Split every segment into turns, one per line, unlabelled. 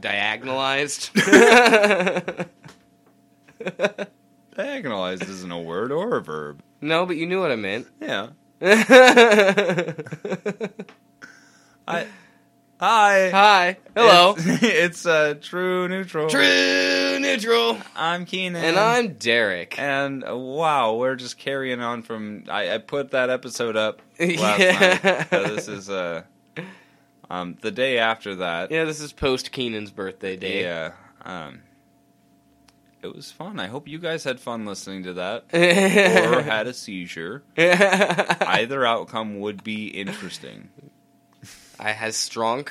diagonalized.
Diagonalized isn't a word or a verb.
no, but you knew what I meant.
Yeah.
Hi.
I. Hi.
Hello.
It's, it's uh, True Neutral.
True neutral.
I'm Keenan.
And I'm Derek.
And uh, wow, we're just carrying on from. I, I put that episode up last
Yeah.
night. So this is uh, um, the day after that.
Yeah, this is post Keenan's birthday day.
Yeah. Um, it was fun. I hope you guys had fun listening to that or had a seizure.
I,
Either outcome would be interesting.
has Uh, strong.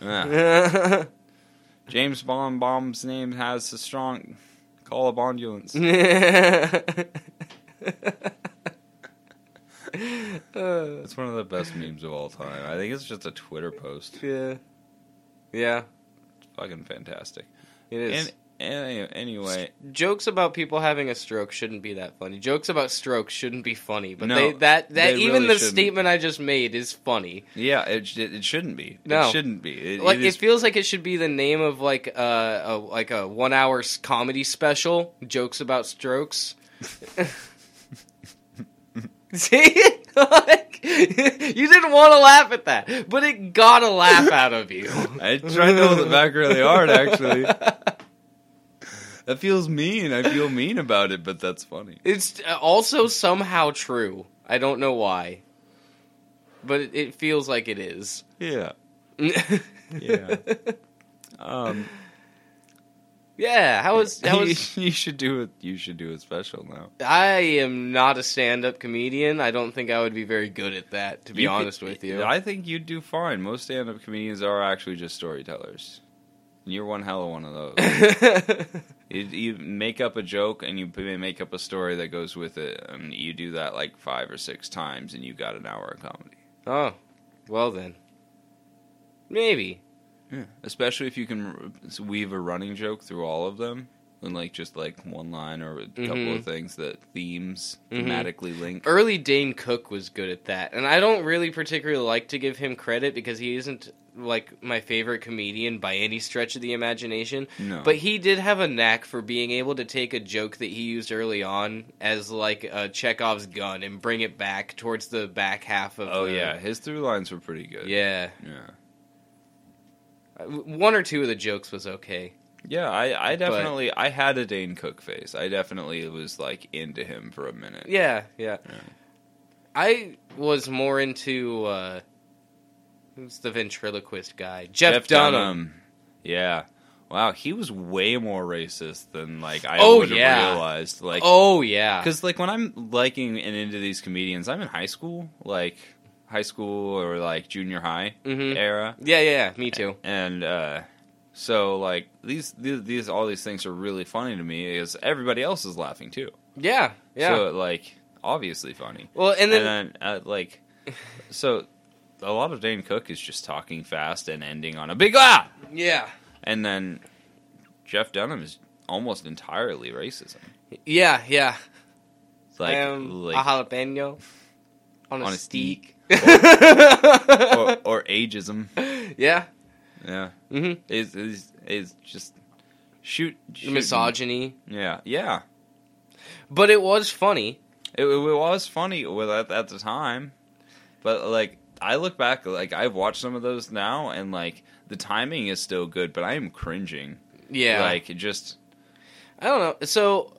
Yeah. James Bond Bomb's name has a strong call of ambulance.
Mm-hmm. Uh,
It's one of the best memes of all time. I think it's just a Twitter post.
yeah. Yeah,
Fucking fantastic.
it is.
And, and anyway,
Jokes about people having a stroke shouldn't be that funny. Jokes about strokes shouldn't be funny, but
No,
they that that
they
even
really
the
shouldn't.
statement I just made is funny.
yeah, it sh- it, it shouldn't be.
No.
It shouldn't be. It,
Like
it
it,
is
feels like it should be the name of like uh, a, a like a one hour s- comedy special. Jokes about strokes. See, like, you didn't want to laugh at that, but it got a laugh out of you.
I tried to hold it back really hard, actually. That feels mean. I feel mean about it, but that's funny.
It's uh, also somehow true. I don't know why, but it, it feels like it is.
Yeah. Yeah.
yeah.
Um,
Yeah. How was? How was?
you should do it. You should do a special now.
I am not a stand-up comedian. I don't think I would be very good at that, to be
You could-
honest with you.
I think you'd do fine. Most stand-up comedians are actually just storytellers. And You're one hell of one of those. you, you make up a joke and you p- make up a story that goes with it, and you do that like five or six times, and you got an hour of comedy.
oh, well then, maybe.
Especially if you can r- weave a running joke through all of them, and like just like one line or a couple
Mhm.
of things that themes
Mhm.
thematically link.
Early Dane Cook was good at that, and I don't really particularly like to give him credit because he isn't like my favorite comedian by any stretch of the imagination.
No,
But he did have a knack for being able to take a joke that he used early on as like a Chekhov's gun and bring it back towards the back half of.
oh
the-
yeah, his through lines were pretty good.
yeah.
yeah.
Uh, One or two of the jokes was okay.
Yeah, I, I definitely I had a Dane Cook face. I definitely was like into him for a minute.
Yeah, yeah.
Yeah.
I was more into uh who's the ventriloquist guy? Jeff, Dunham.
Yeah. Wow, he was way more racist than like I
Oh,
would have
yeah.
realized. Like
oh yeah.
cuz like when I'm liking and into these comedians, I'm in high school, like high school or like junior high
Mhm.
era.
Yeah, yeah, me too.
And uh so like these, these these all these things are really funny to me is everybody else is laughing too.
Yeah, yeah.
So like obviously funny.
well, and then,
and then uh, like so a lot of dane cook is just talking fast and ending on a big ah
yeah,
and then jeff dunham is almost entirely racism
yeah, yeah.
it's like,
I am
like
a jalapeno on a,
on a
steak.
steak or, or ageism
yeah.
yeah
Mm-hmm.
is is is just shoot, shoot
Misogyny,
yeah yeah
but it was funny.
it, it was funny with at, at the time but like i look back like i've watched some of those now and like the timing is still good but i am cringing
Yeah.
like it just
I don't know. So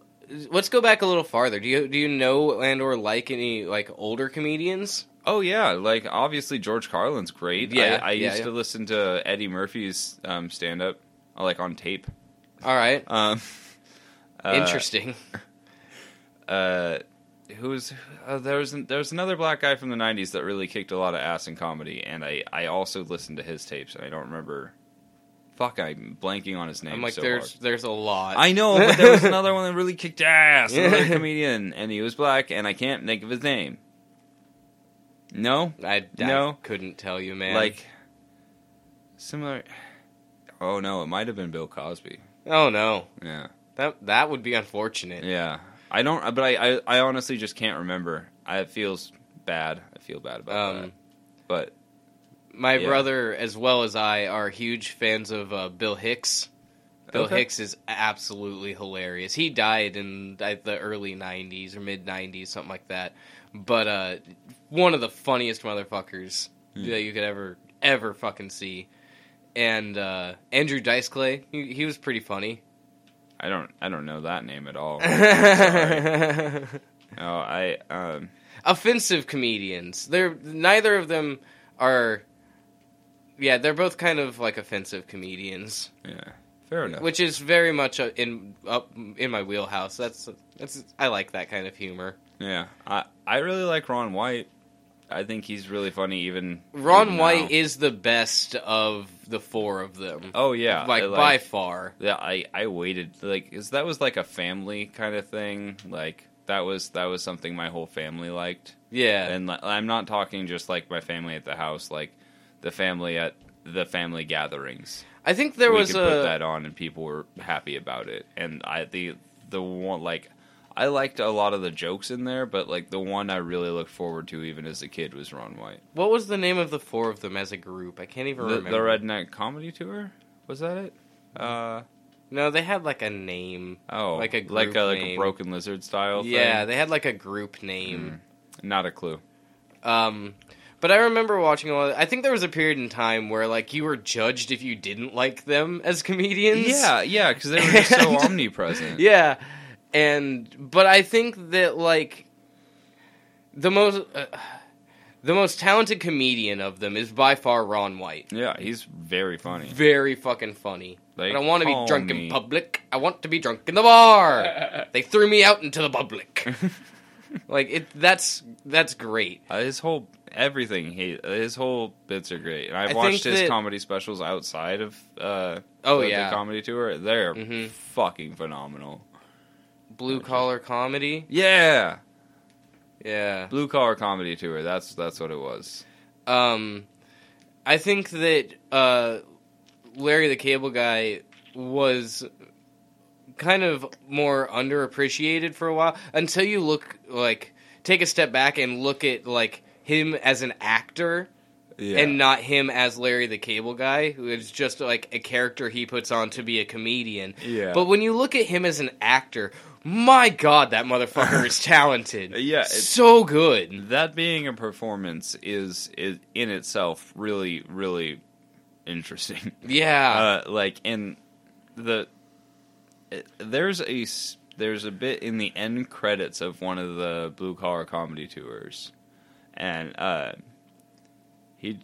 let's go back a little farther. Do you do you know and or like any like older comedians?
Oh yeah, like obviously George Carlin's great.
Yeah,
I, I
yeah,
used
yeah.
to listen to Eddie Murphy's um, stand up, like on tape.
All right,
Um, uh,
interesting.
Uh, who was uh, there was an, there was another black guy from the '90s that really kicked a lot of ass in comedy, and I I also listened to his tapes, and I don't remember. Fuck, I'm blanking on his name.
I'm like,
so
there's
hard.
there's a lot.
I know, but there was another one that really kicked ass. Another comedian, and he was black, and I can't think of his name. No,
I, I
No.
couldn't tell you, man.
Like similar. Oh no, it might have been Bill Cosby.
oh no,
Yeah,
that that would be unfortunate.
yeah. I don't, but I, I, I honestly just can't remember. I, it feels bad. I feel bad about
um,
that. But
My
Yeah.
brother, as well as I, are huge fans of uh, Bill Hicks. Bill
Okay.
Hicks is absolutely hilarious. He died in uh, the early '90s or mid '90s, something like that. But uh, one of the funniest motherfuckers
Hmm.
that you could ever ever fucking see. And uh, Andrew Dice Clay, he, he was pretty funny.
I don't I don't know that name at all. Sorry.
offensive
No, I um
comedians. They're neither of them are. Yeah, they're both kind of like offensive comedians,
yeah. Fair enough.
which is very much uh, in up in my wheelhouse. That's that's I like that kind of humor.
Yeah. I I really like Ron White. I think he's really funny even
Ron
even
White
now.
is the best of the four of them,
Oh yeah.
like,
I
by far.
Yeah, I I waited like cause that was like a family kind of thing. Like that was that was something my whole family liked.
Yeah,
And li- I'm not talking just like my family at the house, like the family at the family gatherings.
I think there
we
was
could
a
put that on and people were happy about it. And I the the one like I liked a lot of the jokes in there, but like the one I really looked forward to even as a kid was Ron White.
what was the name of the four of them as a group? I can't even
The, the
remember.
Redneck Comedy Tour was that it? Uh
No, they had like a name.
oh,
Like a
like
group
a like a
name.
Broken Lizard style.
Yeah,
thing?
they had like a group name.
not a clue. Hmm.
Um, but I remember watching a lot. I think there was a period in time where like you were judged if you didn't like them as comedians.
Yeah, yeah, because they were just so
And-
omnipresent.
yeah, and but I think that like the most uh, the most talented comedian of them is by far Ron White.
Yeah, he's very funny.
Very fucking funny.
They
I don't want to
call
be drunk
me- Uh,
in public. I want to be drunk in the bar. they threw me out into the public. like it. That's that's great.
Uh, his whole everything he his whole bits are great. And I've
I
watched
think
his
that-
comedy specials outside of uh
Oh,
the, the
yeah.
comedy tour. They're
Mhm.
fucking phenomenal.
Blue collar comedy.
Yeah.
Yeah.
Blue collar comedy tour. That's that's what it was.
Um, I think that uh, Larry the Cable Guy was kind of more underappreciated for a while until you look like take a step back and look at like him as an actor
Yeah.
and not him as Larry the Cable Guy, who is just like a character he puts on to be a comedian.
Yeah.
uh, But when you look at him as an actor, my God, that motherfucker is talented.
Yeah, it's-
so good.
that being a performance is, is in itself really really interesting.
Yeah.
uh, like in the it- there's a s- there's a bit in the end credits of one of the blue collar comedy tours, and uh, he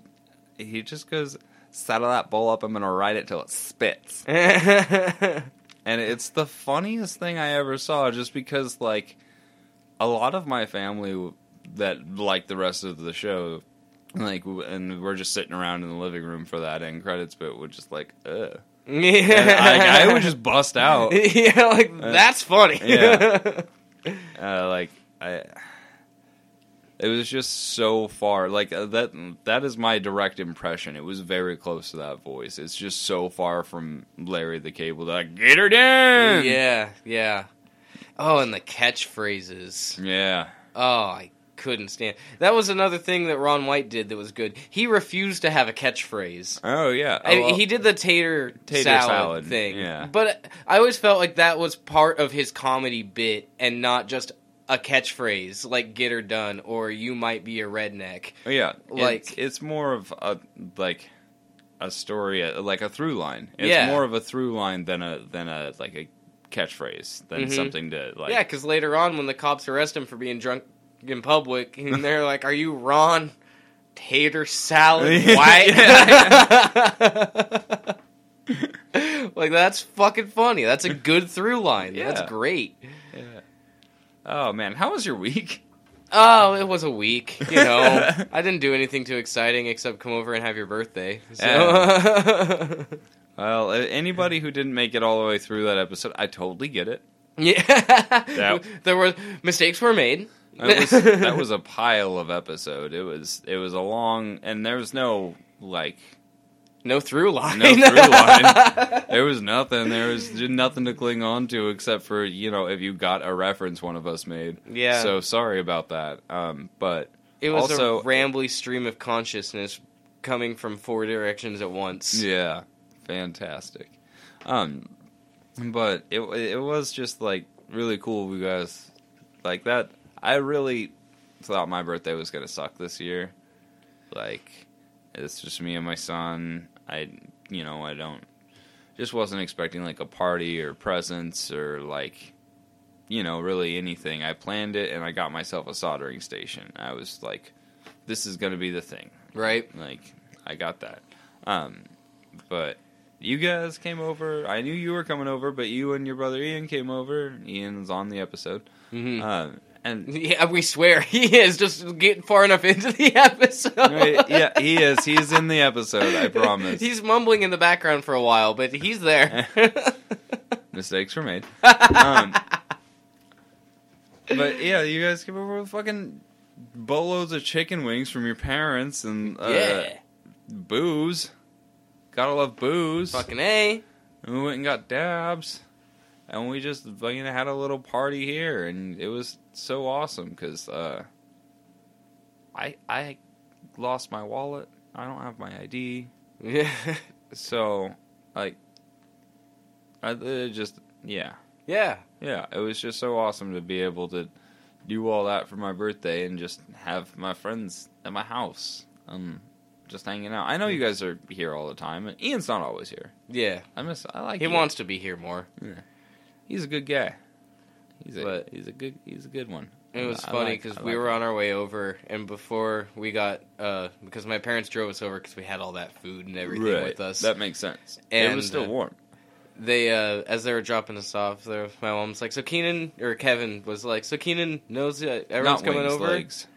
he just goes saddle that bowl up. I'm gonna ride it till it spits, Uh, and it's the funniest thing I ever saw. Just because like a lot of my family w- that like the rest of the show. Like w- and we're just sitting around in the living room for that end credits, but we're just like, ugh. And I, like, I would just bust out. Uh,
yeah, like that's funny.
yeah. Uh, like I, it was just so far. Like uh, that. That is my direct impression. It was very close to that voice. It's just so far from Larry the Cable. Guy. get her down.
yeah, yeah. Oh, and the catchphrases.
Yeah.
Oh, I couldn't stand. That was another thing that Ron White did that was good. He refused to have a catchphrase.
Oh yeah.
I-
Oh, well,
he did the tater,
Tater
salad,
salad,
thing.
yeah.
But I always felt like that was part of his comedy bit and not just a catchphrase like "get her done" or "you might be a redneck."
oh, yeah.
like-
it's, it's more of a like a story, uh, like a through line. It's
Yeah.
more of a through line than a than a like a catchphrase than
Mhm.
something to like.
Yeah, because later on, when the cops arrest him for being drunk in public, and they're like, "Are you Ron Tater Salad White?" like that's fucking funny. That's a good through line.
Yeah.
That's great.
Yeah. Oh man, how was your week?
Oh, it was a week. You know, I didn't do anything too exciting except come over and have your birthday. So.
Well, a- anybody who didn't make it all the way through that episode, I totally get it.
yeah,
That-
there were mistakes were made.
That was, that was a pile of episode. It was it was a long, and there was no like
no through line.
no through line. There was nothing. There was nothing to cling on to except for you know if you got a reference one of us made.
Yeah.
So sorry about that. Um, but
It was
Also-
a rambly stream of consciousness coming from four directions at once.
Yeah, fantastic. Um, but it it was just like really cool because like that. I really thought my birthday was gonna suck this year. Like it's just me and my son. I you know I don't just wasn't expecting like a party or presents or like you know really anything. I planned it and I got myself a soldering station. I was like, this is gonna be the thing.
Right?
Like, I got that. Um, but you guys came over. I knew you were coming over, but you and your brother Ian came over. Ian's on the episode.
hmm
Um, and
yeah, we swear he is just getting far enough into the episode.
Right, yeah, he is. He's in the episode. I promise.
He's mumbling in the background for a while, but he's there.
Mistakes were made. Um, but yeah, you guys came over with fucking bolos of chicken wings from your parents and uh,
yeah.
booze. Gotta love booze.
Fucking A.
And we went and got dabs, and we just fucking had a little party here, and it was so awesome because uh, I I lost my wallet. I don't have my ID,
Yeah.
so like I it just yeah
yeah.
yeah. It was just so awesome to be able to do all that for my birthday and just have my friends at my house, um, just hanging out. I know you guys are here all the time, and Ian's not always here.
Yeah.
I miss I like
He
Ian.
wants to be here more.
He's a good guy. He's a
But-
he's a good he's a good one.
It was
I
funny
like-
'cause funny because
I
we
like
were
him.
on our way over, and before we got, uh, because my parents drove us over because we had all that food and everything
Right.
with us.
That makes sense. it
And,
was still
uh,
warm.
they, uh, as they were dropping us off, there, my mom's like, "So Keenan or Kevin was like, so Keenan knows that everyone's
Not
coming
wings,
over,
Legs.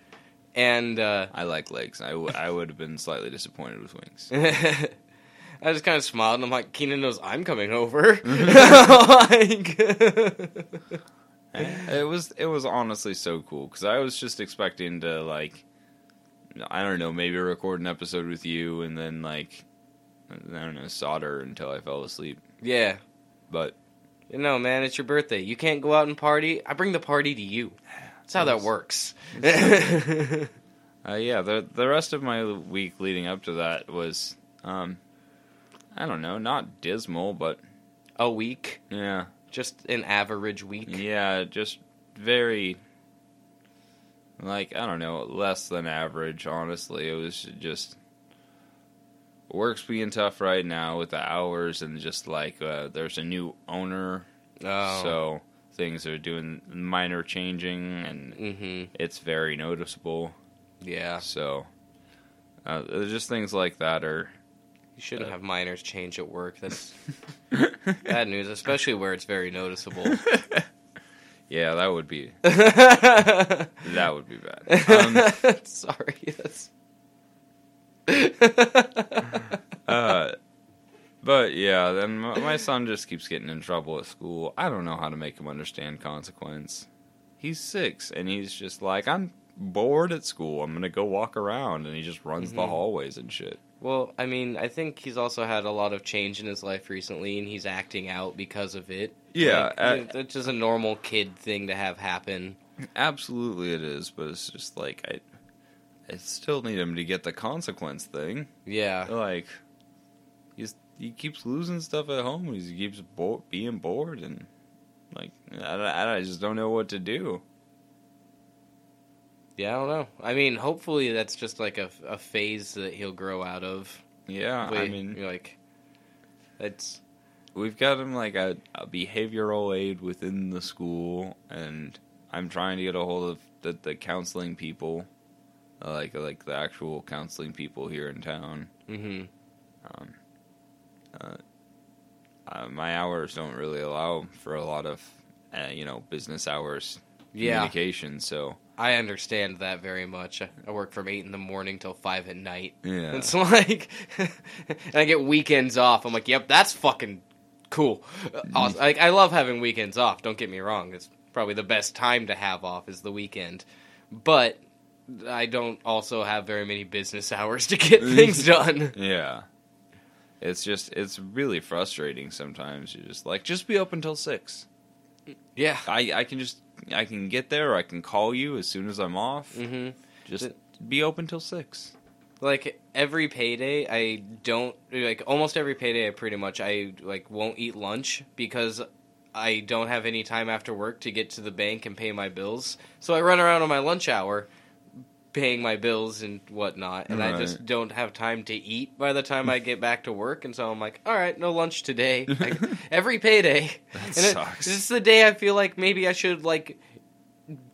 and uh,
I like legs. I would have been slightly disappointed with wings.
I just kind of smiled, and I'm like, Keenan knows I'm coming over. Like-
it was it was honestly so cool because I was just expecting to like I don't know maybe record an episode with you and then like I don't know solder until I fell asleep.
yeah,
But
no, man, it's your birthday. You can't go out and party. I bring the party to you. That's how that
Yes.
works.
Uh, yeah, the the rest of my week leading up to that was, um, I don't know, not dismal, but
a week,
yeah,
just an average week.
yeah, just very, like I don't know, less than average. Honestly, it was just work's being tough right now with the hours and just like uh, there's a new owner,
Oh.
so things are doing minor changing and
hmm
it's very noticeable.
Yeah,
So, uh, there's just things like that are.
you shouldn't
Uh,
have minors change at work. That's bad news, especially where it's very noticeable.
yeah, that would be
Um,
that would be bad. Um,
Sorry. Yes.
uh, but yeah, then my, my son just keeps getting in trouble at school. I don't know how to make him understand consequence. He's six, and he's just like, I'm bored at school. I'm gonna go walk around, and he just runs the
Mhm.
hallways and shit.
well, I mean, I think he's also had a lot of change in his life recently, and he's acting out because of it.
Yeah,
Like,
uh,
you know, that's just a normal kid thing to have happen.
absolutely, it is. But it's just like I, I still need him to get the consequence thing.
Yeah.
like he's he keeps losing stuff at home. He's, he keeps bo- being bored and like I, don't- I, don't- I just don't know what to do.
Yeah, I don't know. I mean, hopefully that's just like a, a phase that he'll grow out of.
Yeah, Uh, I
Wait,
mean
you're like, it's
we've got him like a, a behavioral aid within the school, and I'm trying to get a hold of the, the counseling people, uh, like like the actual counseling people here in town.
hmm
Um, uh, uh, my hours don't really allow for a lot of uh, you know business hours
Yeah,
communication, so.
I understand that very much. I I work from eight in the morning till five at night.
Yeah.
It's like, and I get weekends off. I'm like, yep, that's fucking cool. Awesome. Like, I love having weekends off. Don't get me wrong. It's probably the best time to have off is the weekend, but I don't also have very many business hours to get things done.
yeah. It's just it's really frustrating sometimes. You're just like, just be open till six.
Yeah.
I, I can just I can
Mm-hmm.
get there, I can call you as soon as I'm off.
hmm
Just be open till six.
like every payday i don't like almost every payday i pretty much i like won't eat lunch because i don't have any time after work to get to the bank and pay my bills so i run around on my lunch hour paying my bills and whatnot and i just
Right.
don't have time to eat by the time i get back to work and so i'm like all right no lunch today Like, every payday
That
and it-
sucks.
this is the day i feel like maybe i should like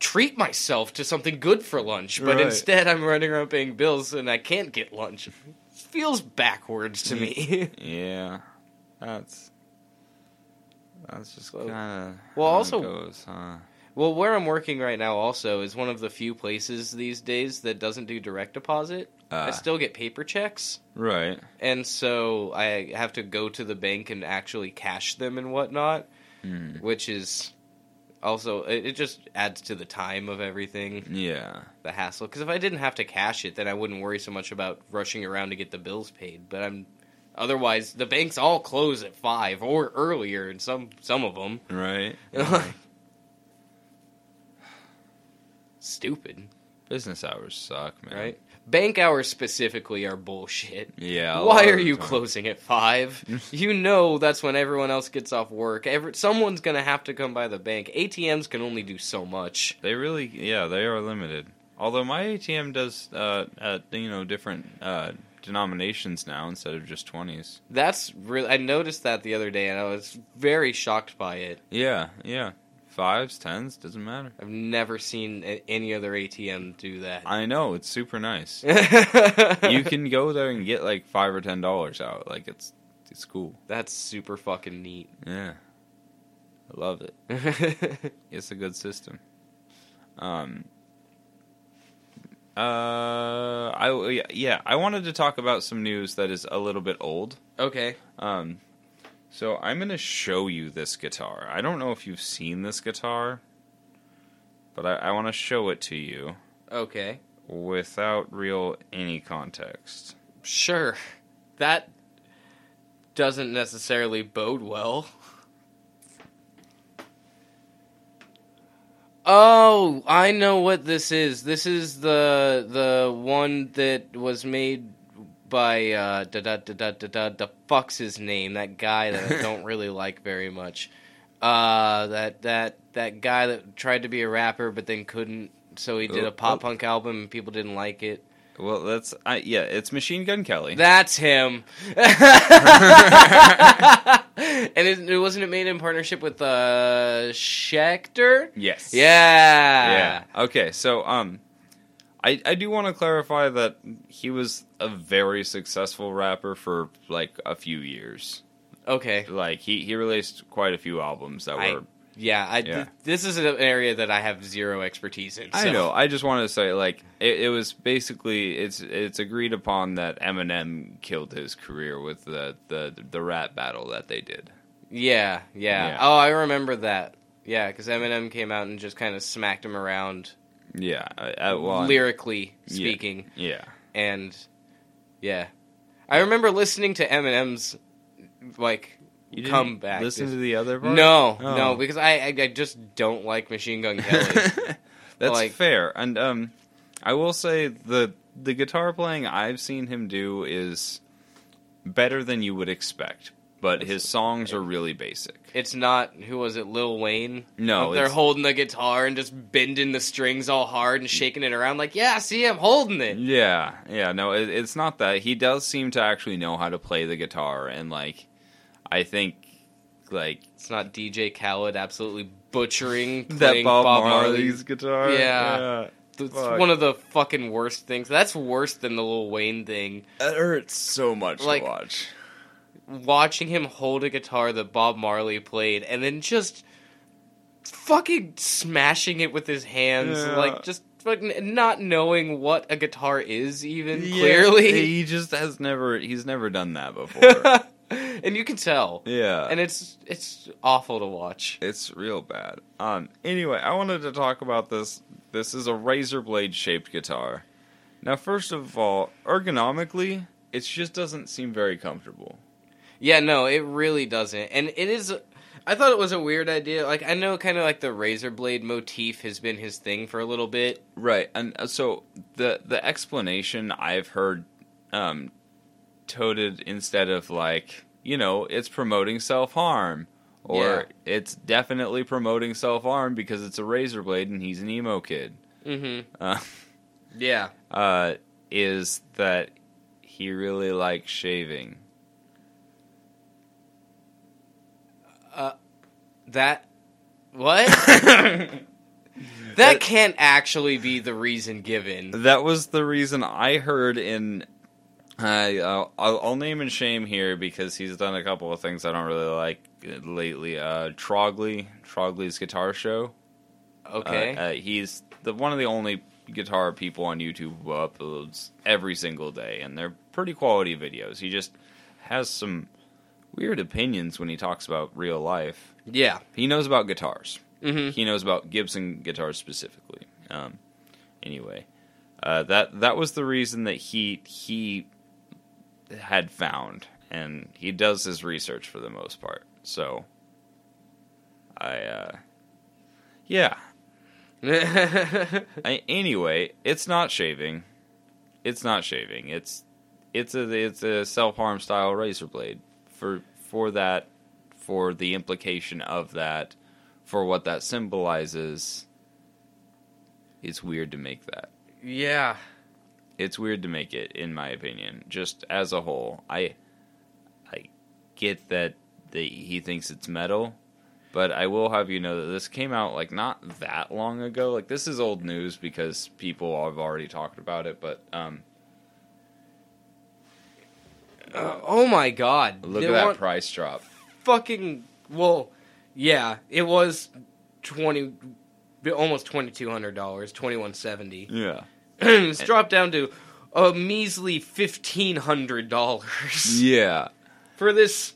treat myself to something good for lunch, but
Right.
instead I'm running around paying bills and I can't get lunch. It feels backwards to me.
yeah, that's that's just
So-
kind of
Well, also-
goes, huh?
well, where I'm working right now also is one of the few places these days that doesn't do direct deposit. I
Uh,
still get paper checks,
right.
and so I have to go to the bank and actually cash them and whatnot,
Mm,
which is also it it just adds to the time of everything.
yeah.
the hassle because if I didn't have to cash it, then I wouldn't worry so much about rushing around to get the bills paid. But I'm otherwise the banks all close at five or earlier, and some some of them
Right.
stupid,
Business hours suck, man.
right? Bank hours specifically are bullshit.
Yeah. a lot
Why
of
are
the
you
time.
closing at five? you know that's when everyone else gets off work. Every, someone's gonna have to come by the bank. ATMs can only do so much.
They really, yeah, they are limited. Although my ATM does, uh, uh you know, different uh, denominations now instead of just twenties.
That's really. I noticed that the other day, and I was very shocked by it.
Yeah, yeah, fives, tens, doesn't matter.
I've never seen a- any other ATM do that.
I know it's super nice. you can go there and get like five or ten dollars out. Like it's it's cool.
That's super fucking neat.
Yeah, I love it. It's a good system. Um. Uh, I yeah, yeah, I wanted to talk about some news that is a little bit old.
okay.
Um, so I'm gonna show you this guitar. I don't know if you've seen this guitar, but I, I want to show it to you
Okay.
without real any context.
Sure. That doesn't necessarily bode well. Oh, I know what this is. This is the the one that was made by uh da da da da da da the fuck's his name, that guy that I don't really like very much. Uh that that that guy that tried to be a rapper but then couldn't so he did
Oh,
a pop
oh.
punk album and people didn't like it.
Well, that's I yeah, it's Machine Gun Kelly.
That's him. and it, it wasn't it made in partnership with uh Schecter?
yes.
Yeah.
Yeah. Okay. So um, I I do want to clarify that he was a very successful rapper for like a few years.
Okay.
Like he he released quite a few albums that
I-
were
Yeah, I, th-
Yeah.
this is an area that I have zero expertise in.
I
so-
know. I just wanted to say, like, it, it was basically it's it's agreed upon that Eminem killed his career with the the the rap battle that they did.
Yeah, yeah,
Yeah.
Oh, I remember that. Yeah, because Eminem came out and just kind of smacked him around
Yeah, I, I, well,
lyrically
Yeah.
speaking.
yeah,
and yeah, I remember listening to Eminem's like
didn't
comeback.
Listen
this-
to the other part.
no,
Oh.
no, because I, I I just don't like Machine Gun Kelly.
that's
Like-
fair. And um, I will say the the guitar playing I've seen him do is better than you would expect. But his songs are really basic.
it's not who was it, Lil Wayne?
No,
Up there
it's-
holding the guitar and just bending the strings all hard and shaking it around like, yeah, see, I'm holding it.
Yeah, yeah, no, it, it's not that. He does seem to actually know how to play the guitar, and like, I think, like
It's not DJ Khaled absolutely butchering
that
playing
Bob,
Marley.
Marley's guitar.
Yeah. It's
fuck.
one of the fucking worst things. That's worse than the Lil Wayne thing.
that hurts so much
Like-
to watch.
watching him hold a guitar that Bob Marley played and then just fucking smashing it with his hands,
Yeah.
like just fucking not knowing what a guitar is even
Yeah,
clearly.
he just has never. He's never done that before.
and you can tell.
yeah,
And it's it's awful to watch.
It's real bad. Um. Anyway, I wanted to talk about this. This is a razor blade shaped guitar. Now, first of all, ergonomically, it just doesn't seem very comfortable.
Yeah, no, it really doesn't. And it is I thought it was a weird idea. Like I know kind of like the razor blade motif has been his thing for a little bit.
Right, and uh, so the the explanation I've heard um, toted instead of like you know it's promoting self harm or it's definitely promoting self harm because it's a razor blade and he's an emo kid.
Mm-hmm.
Uh,
Yeah.
uh, is that he really likes shaving?
That. What?
Uh,
that can't actually be the reason given.
That was the reason I heard in. I I'll, I'll I'll name and shame here because he's done a couple of things I don't really like lately. Uh, Trogley, Trogley's guitar show. Uh,
Okay.
uh, he's the one of the only guitar people on YouTube who uploads every single day, and they're pretty quality videos. He just has some weird opinions when he talks about real life.
yeah.
He knows about guitars.
Mm-hmm.
He knows about Gibson guitars specifically. Um, anyway, uh, that that was the reason that he he had found, and he does his research for the most part. So, I uh, yeah. I, anyway, it's not shaving. It's not shaving. It's it's a it's a self harm style razor blade for for that for the implication of that for what that symbolizes. It's weird to make that.
yeah.
It's weird to make it, in my opinion. Just as a whole, I I get that the, he thinks it's metal, but I will have you know that this came out like not that long ago. Like this is old news because people have already talked about it. But um,
Uh, oh my god.
look
They
at that
want
price drop.
fucking. Well, yeah. It was 20. Almost $2,200. $2,170.
Yeah,
it's dropped down to a measly $1,500
yeah.
for this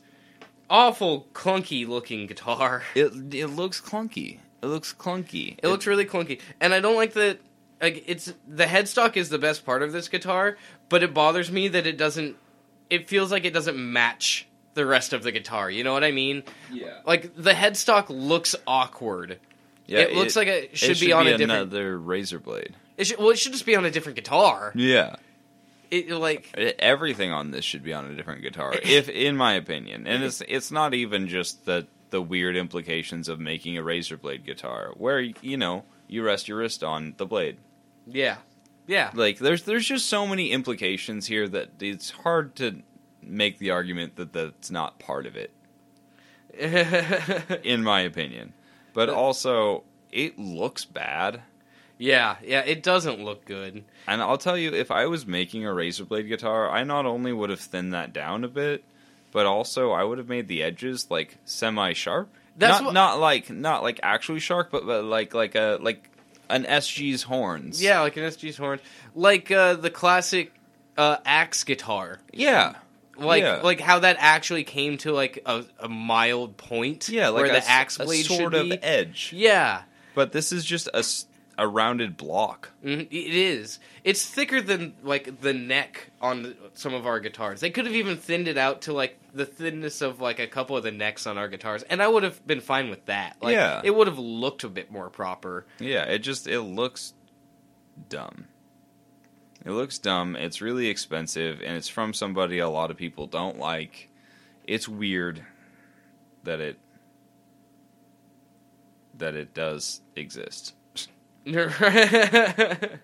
awful clunky looking guitar.
It it looks clunky. It looks clunky.
It looks really clunky, and I don't like that. Like it's the headstock is the best part of this guitar, but it bothers me that it doesn't. It feels like it doesn't match the rest of the guitar. You know what I mean?
Yeah.
Like the headstock looks awkward. it looks like it should, be on a different.
another razor blade.
It should, well, it should just be on a different guitar.
Yeah.
It like
E- everything on this should be on a different guitar if in my opinion and it's it's not even just the the weird implications of making a razor blade guitar where you know you rest your wrist on the blade
yeah, yeah.
like there's there's just so many implications here that it's hard to make the argument that that's not part of it in my opinion but also it looks bad
yeah, yeah, it doesn't look good.
And I'll tell you, if I was making a razor blade guitar, I not only would have thinned that down a bit, but also I would have made the edges like semi sharp.
That's
not
what-
not like not like actually sharp, but, but like like a like an SG's horns.
Yeah, like an SG's horn, like uh, the classic uh, axe guitar.
yeah,
like
Yeah.
like how that actually came to like a, a mild point
yeah. Like
where
a,
the
s-
axe
a
blade
sort
should
of
be
edge,
yeah
but this is just a s- a rounded block.
Mhm, it is it's thicker than like the neck on the- some of our guitars they could have even thinned it out to like the thinness of like a couple of the necks on our guitars and i would have been fine with that like
Yeah.
it would have looked a bit more proper
Yeah, it just it looks dumb. It looks dumb. It's really expensive, and it's from somebody a lot of people don't like. It's weird that it that it does exist.
Mm-hmm.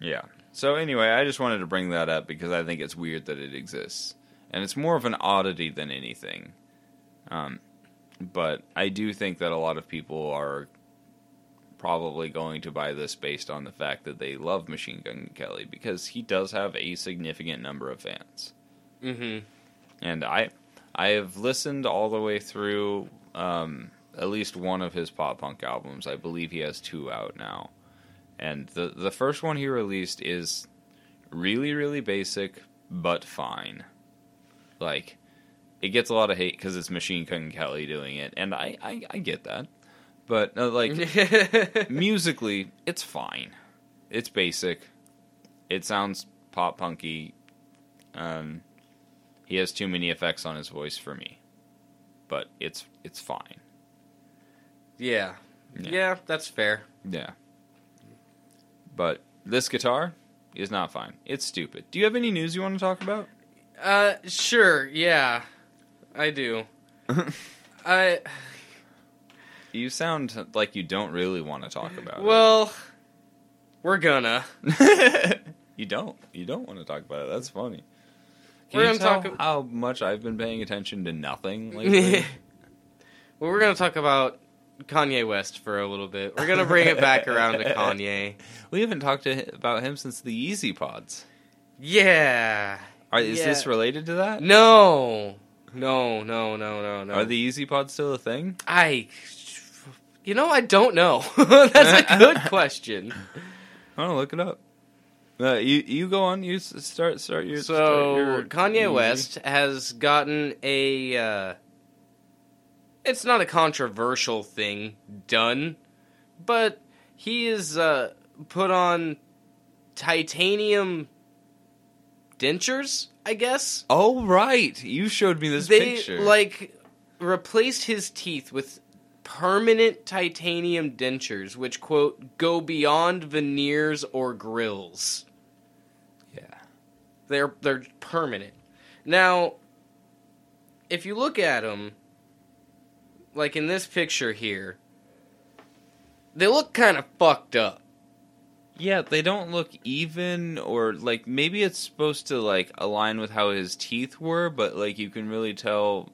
Yeah. So anyway, I just wanted to bring that up because I think it's weird that it exists, and it's more of an oddity than anything. Um, but I do think that a lot of people are probably going to buy this based on the fact that they love Machine Gun Kelly because he does have a significant number of fans,
hmm
and I I have listened all the way through um, at least one of his pop punk albums. I believe he has two out now and the the first one he released is really really basic but fine like it gets a lot of hate because it's machine gun kelly doing it and i i, I get that but uh,
Mm-hmm.
like musically it's fine it's basic it sounds pop punky um he has too many effects on his voice for me but it's it's fine
yeah yeah that's fair
yeah but this guitar is not fine. It's stupid. Do you have any news you want to talk about?
Uh, sure, yeah, I do. I
you sound like you don't really want to talk about
well, we're gonna.
it. you don't. You don't want to talk about it. That's funny. Can
We're
you
gonna
tell
talk ab-
how much I've been paying attention to nothing lately?
Well, we're gonna talk about Kanye West for a little bit. We're gonna bring it back around to Kanye.
we haven't talked to, hi- about him since the Easy Pods.
Yeah.
Are, is
Yeah.
this related to that?
No. No. No. No. No. No.
Are the Easy Pods still a thing?
I. You know, I don't know. That's a good question.
I want to Oh, look it up. Uh, you you go on. You s- start start your start
so
your Yeezy.
Kanye West has gotten a. Uh, it's not a controversial thing done, but he is uh, put on titanium dentures. I guess
Oh right, you showed me this
they
picture.
like replaced his teeth with permanent titanium dentures, which quote go beyond veneers or grills.
yeah.
They're they're permanent. Now, if you look at them, like in this picture here, they look kind of fucked up.
Yeah, they don't look even or like maybe it's supposed to like align with how his teeth were, but like you can really tell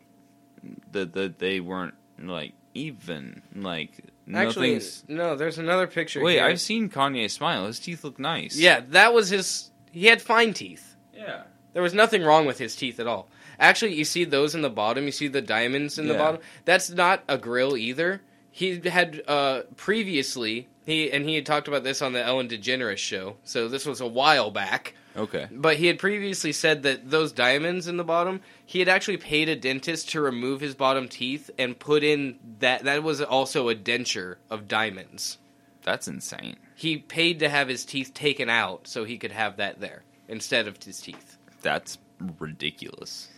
that that they weren't like even. Like
Actually,
nothing's
no. There's another picture.
Wait,
here.
I've seen Kanye smile. His teeth look nice.
Yeah, that was his. He had fine teeth.
Yeah.
There was nothing wrong with his teeth at all. Actually, you see those in the bottom. You see the diamonds in the
Yeah.
bottom. That's not a grill either. He had uh, previously he and he had talked about this on the Ellen DeGeneres show. So this was a while back.
Okay.
But he had previously said that those diamonds in the bottom, he had actually paid a dentist to remove his bottom teeth and put in that. That was also a denture of diamonds.
That's insane.
He paid to have his teeth taken out so he could have that there instead of his teeth.
That's ridiculous.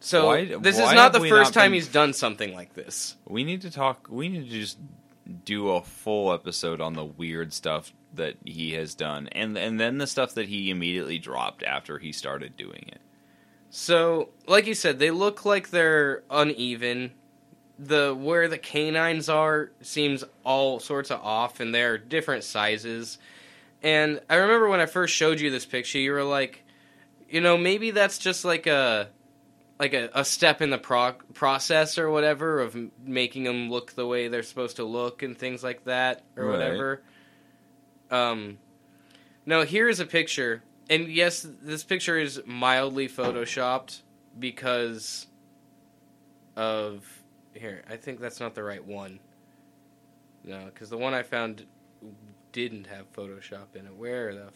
So
Why-
this
why
is not
have
the
we
first
not
time
been-
he's done something like this.
We need to talk. We need to just do a full episode on the weird stuff that he has done, and and then the stuff that he immediately dropped after he started doing it.
So, like you said, they look like they're uneven. The where the canines are seems all sorts of off, and they're different sizes. And I remember when I first showed you this picture, you were like, you know, maybe that's just like a like a, a step in the prog- process or whatever of m- making them look the way they're supposed to look and things like that or
Right.
whatever. Um, now here is a picture, and yes, this picture is mildly photoshopped because of here. I think that's not the right one. No, because the one I found didn't have Photoshop in it. Where the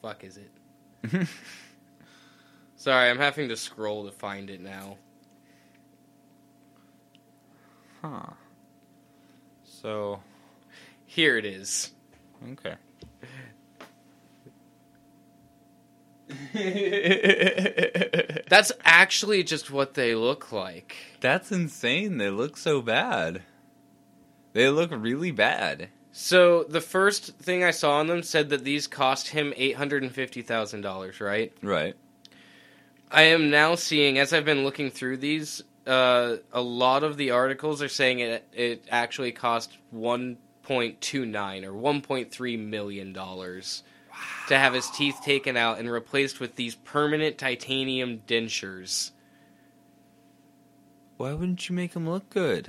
fuck is it? Sorry, I'm having to scroll to find it now.
Huh. So
Here it is.
okay.
That's actually just what they look like.
That's insane. They look so bad. They look really bad.
So the first thing I saw on them said that these cost him eight hundred and fifty thousand dollars, right?
Right.
I am now seeing, as I've been looking through these, uh, a lot of the articles are saying it it actually cost one point two nine or one point three million dollars to have his teeth taken out and replaced with these permanent titanium dentures.
Why wouldn't you make them look good?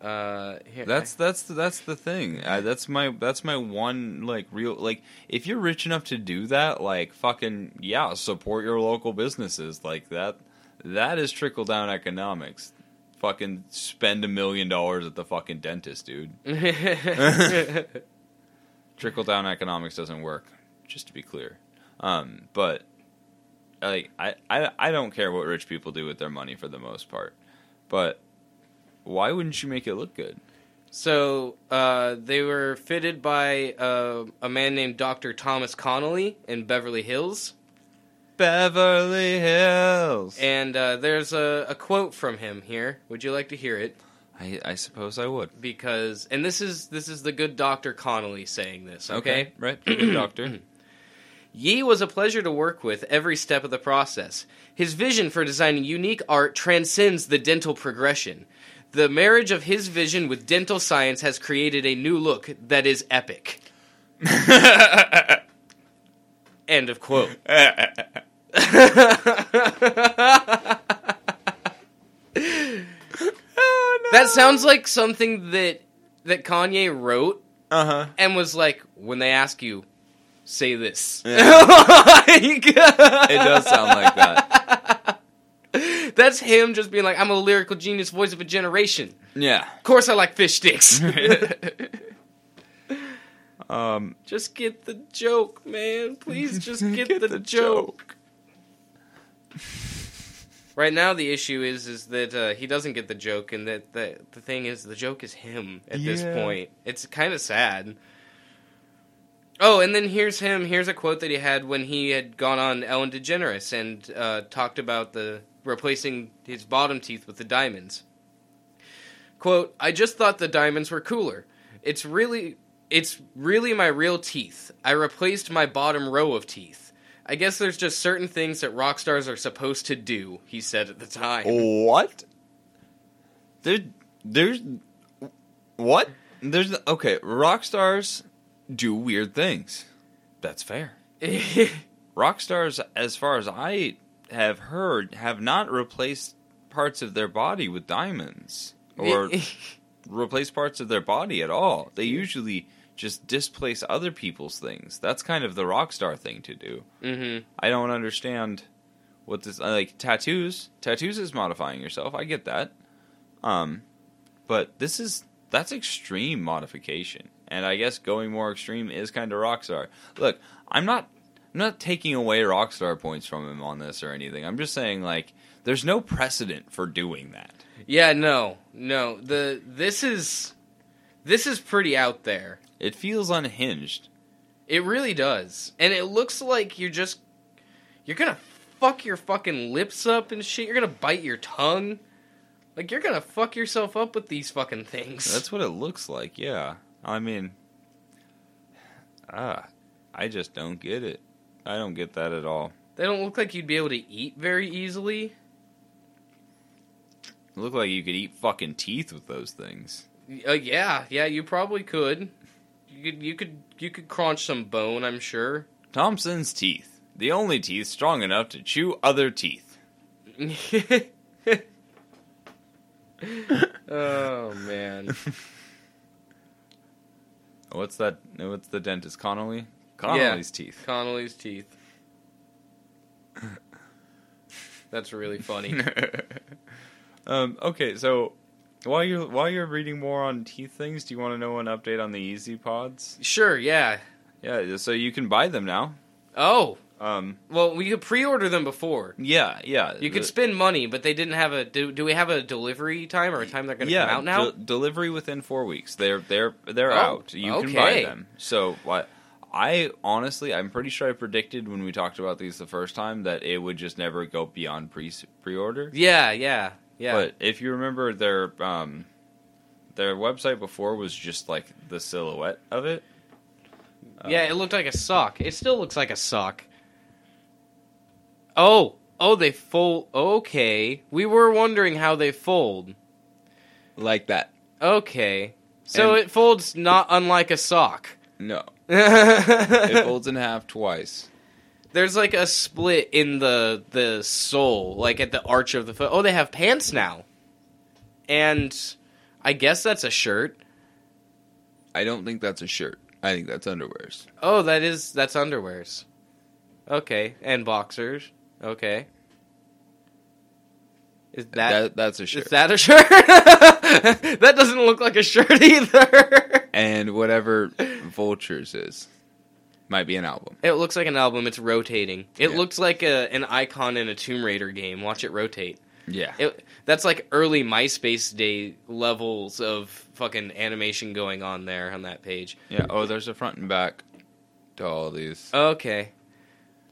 Uh, here,
That's that's that's the thing. I, that's my that's my one like real like if you're rich enough to do that, like fucking yeah, support your local businesses like that. That is trickle down economics. Fucking spend a million dollars at the fucking dentist, dude. Trickle down economics doesn't work, just to be clear. Um, but like I, I I don't care what rich people do with their money for the most part. But why wouldn't you make it look good?
So uh, they were fitted by uh, a man named Dr. Thomas Connolly in Beverly Hills,
Beverly Hills.
and uh, there's a, a quote from him here. Would you like to hear it?
I, I suppose I would.
Because, and this is this is the good Doctor Connolly saying this. Okay?
Right. Good doctor.
Yee was a pleasure to work with every step of the process. His vision for designing unique art transcends the dental progression. The marriage of his vision with dental science has created a new look that is epic. End of quote.
Oh,
That sounds like something that that Kanye wrote
Uh huh.
and was like, when they ask you, say this.
Yeah.
Like-
It does sound like that.
That's him just being like, I'm a lyrical genius, voice of a generation.
Yeah.
Of course, I like fish sticks.
Um,
just get the joke, man. Please just get, the, joke. Right now, the issue is is that uh, he doesn't get the joke, and that the the thing is, the joke is him at this
Yeah.
point. It's kind of sad. Oh, and then here's him. Here's a quote that he had when he had gone on Ellen DeGeneres and uh, talked about the replacing his bottom teeth with the diamonds. Quote: I just thought the diamonds were cooler. It's really, it's really my real teeth. I replaced my bottom row of teeth. I guess there's just certain things that rock stars are supposed to do. He said at the time.
Oh. What? There, there's what? There's okay. Rock stars do weird things. That's fair. Rock stars, as far as I have heard, have not replaced parts of their body with diamonds or replace parts of their body at all. They usually just displace other people's things. That's kind of the rock star thing to do.
hmm
I don't understand what this I like tattoos. Tattoos is modifying yourself. I get that. Um but this is that's extreme modification. And I guess going more extreme is kind of rockstar. Look, I'm not I'm not taking away rockstar points from him on this or anything. I'm just saying like there's no precedent for doing that.
Yeah, no, no. The this is this is pretty out there.
It feels unhinged.
It really does, and it looks like you're just you're gonna fuck your fucking lips up and shit. You're gonna bite your tongue. Like you're gonna fuck yourself up with these fucking things.
That's what it looks like. Yeah. I mean ah I just don't get it. I don't get that at all.
they don't look like you'd be able to eat very easily.
Look like you could eat fucking teeth with those things.
Uh, yeah, yeah, you probably could. You could, you could, you could crunch some bone. I'm sure.
Thompson's teeth. The only teeth strong enough to chew other teeth.
oh man.
What's that? What's the dentist? Connolly? Connolly's teeth.
Connolly's teeth. That's really funny.
um, okay, so while you're while you're reading more on teeth things, do you want to know an update on the Easy Pods?
sure, yeah.
Yeah, so you can buy them now.
Oh,
Um,
well, we could pre-order them before.
yeah, yeah.
You could
The-
spend money, but they didn't have a. Do, do we have a delivery time or a time they're going to
yeah,
come out now?
de- delivery within four weeks. They're they're they're
Oh,
out. You can buy
okay.
them. So what? I honestly, I'm pretty sure I predicted when we talked about these the first time that it would just never go beyond pre pre order.
yeah, yeah, yeah.
But if you remember their um, their website before was just like the silhouette of it.
yeah, it looked like a sock. It still looks like a sock. Oh, oh, they fold. Okay, we were wondering how they fold.
Like that.
Okay, so
And-
it folds not unlike a sock.
No, it
it
folds in half twice.
There's like a split in the the sole, like at the arch of the foot. Oh, they have pants now, and I guess that's a shirt.
I don't think that's a shirt. I think that's underwears.
Oh, that is that's underwears. Okay, and boxers. Okay, is that,
that's a
is that a shirt? that doesn't look like a shirt either.
and whatever Vultures is might be an album.
It looks like an album. It's rotating. It
Yeah.
looks like a, an icon in a Tomb Raider game. Watch it rotate.
Yeah.
It, that's like early MySpace day levels of fucking animation going on there on that page.
yeah. Oh, there's a front and back to all these.
Okay.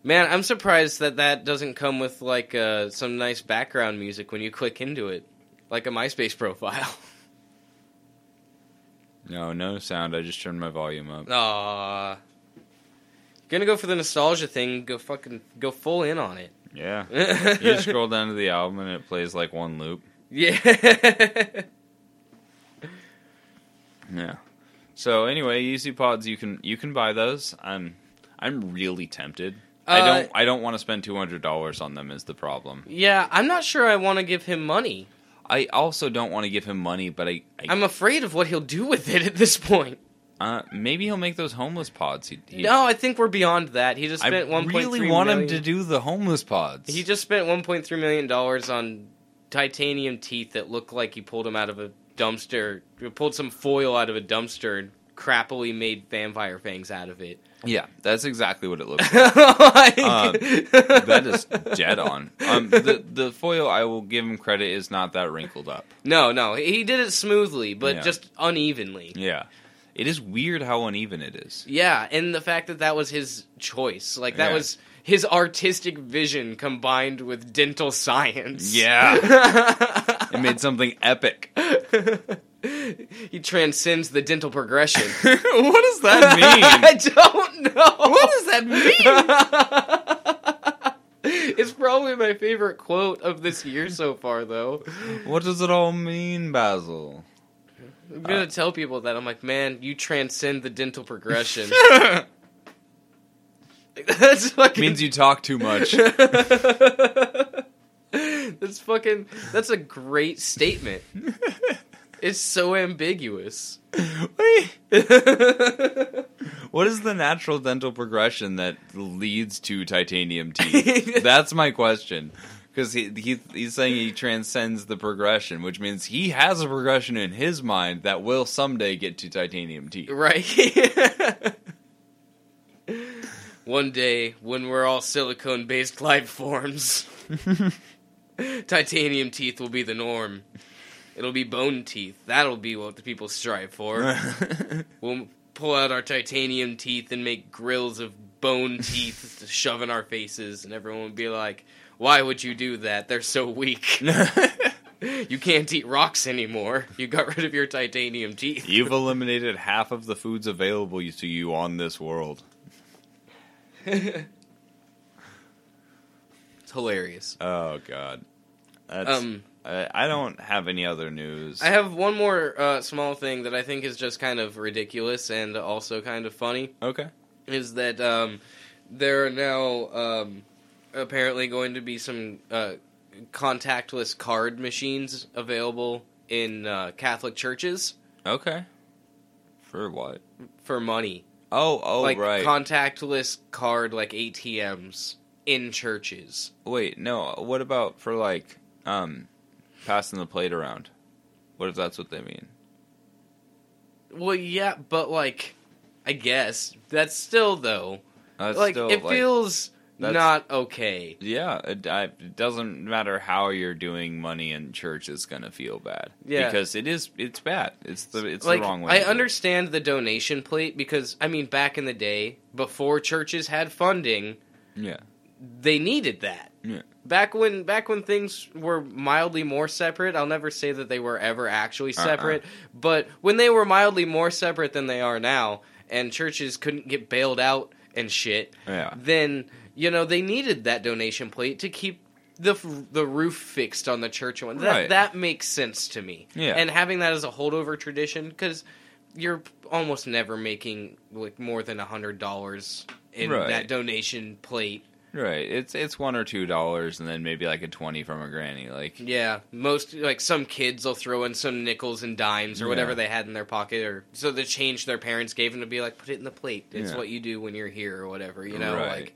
Man, I'm surprised that that doesn't come with like uh, some nice background music when you click into it, like a MySpace profile.
No, no sound. I just turned my volume up.
Aww. Gonna go for the nostalgia thing. Go fucking go full in on it.
Yeah. You just scroll down to the album and it plays like one loop.
yeah.
Yeah. So anyway, Yeezy Pods, you can you can buy those. I'm I'm really tempted. I
Uh,
don't I don't want to spend two hundred dollars on them is the problem.
Yeah, I'm not sure I want to give him money.
I also don't want to give him money, but I, I
I'm afraid of what he'll do with it at this point.
uh, maybe he'll make those homeless pods. He, he,
No, I think we're beyond that. He just
I
spent one point
really
three
want
million.
him to do the homeless pods.
He just spent 1.3 million dollars on titanium teeth that look like he pulled them out of a dumpster, or pulled some foil out of a dumpster and crappily made vampire fangs out of it.
yeah, that's exactly what it looks like.
Like-
Um, that is dead on. Um, the the foil I will give him credit is not that wrinkled up.
No, no, he did it smoothly, but
Yeah.
just unevenly.
Yeah, it is weird how uneven it is.
Yeah, and the fact that that was his choice, like that
Yeah.
was his artistic vision combined with dental science.
Yeah. It made something epic.
he transcends the dental progression.
what does that
I
mean?
don't know. What
does that
mean? it's probably my favorite quote of this year so far, though.
what does it all mean, Basil?
I'm
Uh,
gonna tell people that I'm like, man, you transcend the dental progression. That's fucking
means you talk too much.
that's fucking. That's a great statement. It's so ambiguous.
what is the natural dental progression that leads to titanium teeth? That's my question. Because he, he he's saying he transcends the progression, which means he has a progression in his mind that will someday get to titanium teeth.
Right. One day, when we're all silicone based life forms, titanium teeth will be the norm. It'll be bone teeth. That'll be what the people strive for. We'll pull out our titanium teeth and make grills of bone teeth to shove in our faces, and everyone would be like, Why would you do that? They're so weak. You can't eat rocks anymore. You got rid of your titanium teeth.
You've eliminated half of the foods available to you on this world.
It's hilarious.
Oh God, That's,
Um,
I, I don't have any other news.
I have one more uh, small thing that I think is just kind of ridiculous and also kind of funny
okay.
is that um, there are now um, apparently going to be some uh, contactless card machines available in uh, Catholic churches
Okay. For what?
for money,
Oh, oh,
like
right.
contactless card like ATMs in churches.
Wait, no. What about for like um, passing the plate around? What if that's what they mean?
Well, yeah, but like, I guess that's still though.
That's
like,
still,
it feels
that's-
not okay.
Yeah, it, I, it doesn't matter how you're doing money in church is gonna feel bad.
Yeah.
because it is. It's bad. It's the it's
like
the wrong way.
I
to do it.
understand the donation plate because I mean back in the day before churches had funding,
Yeah,
they needed that.
yeah.
Back when back when things were mildly more separate, I'll never say that they were ever actually
Uh-uh.
separate, but when they were mildly more separate than they are now and churches couldn't get bailed out and shit,
Yeah.
then you know they needed that donation plate to keep the f- the roof fixed on the church one. That
Right.
that makes sense to me.
Yeah.
and having that as a holdover tradition because you're almost never making like more than a hundred dollars in
Right.
that donation plate.
Right. It's it's one or two dollars, and then maybe like a twenty from a granny. Like
Yeah, most like some kids will throw in some nickels and dimes or whatever
Yeah.
they had in their pocket, or so the change their parents gave them to be like, put it in the plate. It's
Yeah.
what you do when you're here or whatever. You know,
Right.
like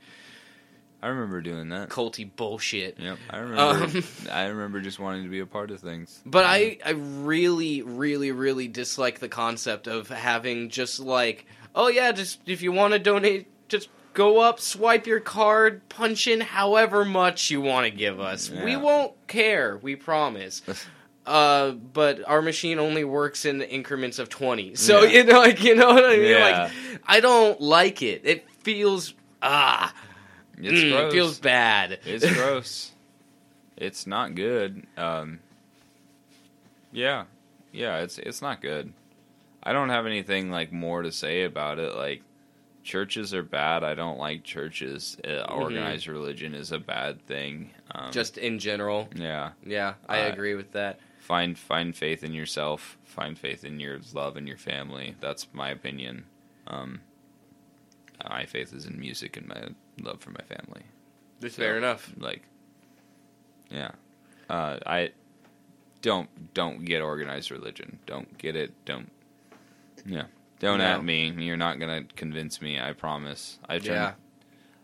I remember doing that.
culty bullshit.
Yep, I remember.
Um.
I remember just wanting to be a part of things.
But
Um,
I, I really, really, really dislike the concept of having just like, oh yeah, just if you want to donate, just go up, swipe your card, punch in however much you want to give us. We
Yeah.
won't care, we promise. Uh, but our machine only works in increments of twenty, so
Yeah.
you know, like you know what I mean.
Yeah.
Like, I don't like it. It feels ah,
It's
mm,
gross.
It feels bad.
it's gross. It's not good. Um, yeah, yeah. It's it's not good. I don't have anything like more to say about it. Like churches are bad. I don't like churches. Uh,
Mhm.
Organized religion is a bad thing. Um,
Just in general.
yeah,
Yeah, I
Uh,
agree with that.
find find faith in yourself. Find faith in your love and your family. That's my opinion. Um, my faith is in music and my love for my family.
Fair enough.
Like, yeah, uh, I don't don't get organized religion. Don't get it. Don't. Yeah. Don't
No.
at me. You're not gonna convince me. I promise. I
Yeah.